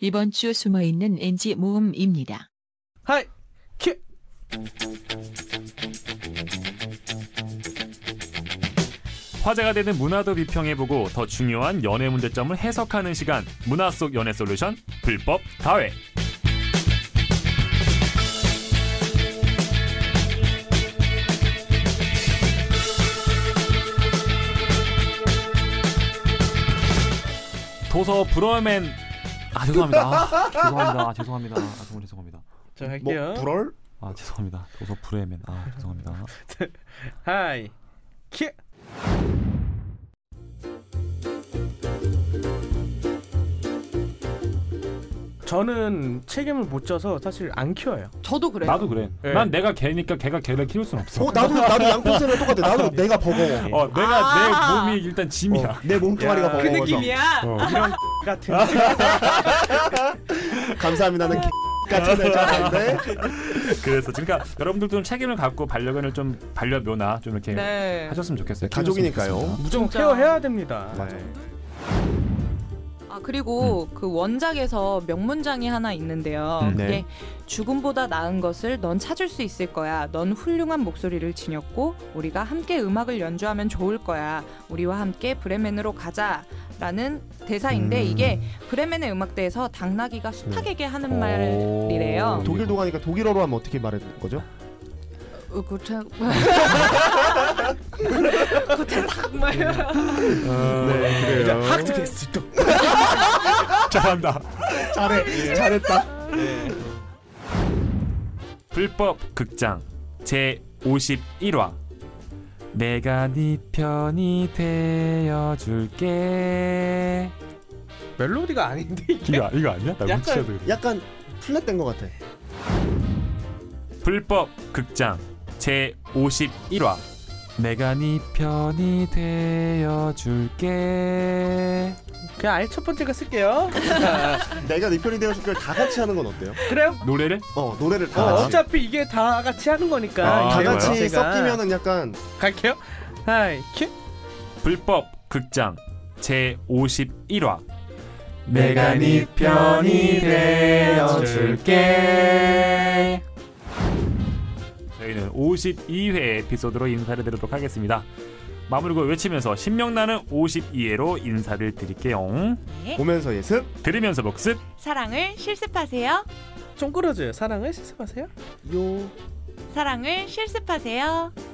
이번 주 숨어있는 NG 모음입니다. 하이 키 화제가 되는 문화도 비평해보고 더 중요한 연애 문제점을 해석하는 시간 문화 속 연애 솔루션 불법 다회 도서 브로맨 아 죄송합니다. 아, 죄송합니다. 아, 죄송합니다. 아, 정말 죄송합니다. 저 뭐, 할게요 불얼? 아 죄송합니다. 도서 브레멘. 아 죄송합니다. 하이 키 저는 책임을 못 져서 사실 안 키워요 저도 그래요. 나도 그래 네. 난 내가 개니까 걔가 걔를 키울 순 없어 어 나도 나도 양평생이랑 똑같아. 예. 나도 내가 버거워. 어 내가 아. 내 몸이 일단 짐이야 어, 내 몸뚱아리가 야, 버거워. 그 느낌이야. 이런 같은 감사합니다. 나는 같은 애자인데 그래서 그러니까 여러분들도 좀 책임을 갖고 반려견을 좀 반려묘나 좀 이렇게 네. 하셨으면 좋겠어요. 가족이니까요. 무조건 진짜. 케어해야 됩니다 아 그리고 그 원작에서 명문장이 하나 있는데요. 음, 음. 네. 이게 죽음보다 나은 것을 넌 찾을 수 있을 거야. 넌 훌륭한 목소리를 지녔고 우리가 함께 음악을 연주하면 좋을 거야. 우리와 함께 브레멘으로 가자라는 대사인데 음. 이게 브레멘의 음악대에서 당나귀가 수탉에게 하는 네. 오. 말이래요. 독일 동화니까 독일어로 하면 어떻게 말하는 거죠? 어, 그렇다. 그렇다 정말. 네. 이제 그래요. 하트 캐스트 또 잘한다. 잘해 잘했다. 불법 극장 제 51화. 내가 네 편이 되어줄게. 멜로디가 아닌데 이거 이거 아니야? 나 약간- 뭉치셔서 그래. 약간 플랫된 것 같아. 불법 극장 제 51화. 내가 네 편이 되어줄게. 그냥 아예 첫 번째가 쓸게요 내가 네 편이 되어줄 걸다 같이 하는 건 어때요? 그래요? 노래를 어 노래를 어, 다 같이. 어차피 이게 다 같이 하는 거니까 아, 다 이게 같이 같이 문제가. 섞이면은 약간 갈게요 하이 키 불법 극장 제 51화 내가 네 편이 되어줄게. 저희는 52회 에피소드로 인사를 드리도록 하겠습니다 마무리곡 외치면서 신명나는 52회로 인사를 드릴게요 보면서 예습. 들으면서 복습 사랑을 실습하세요. 쫑그러져요 사랑을 실습하세요 요. 사랑을 실습하세요.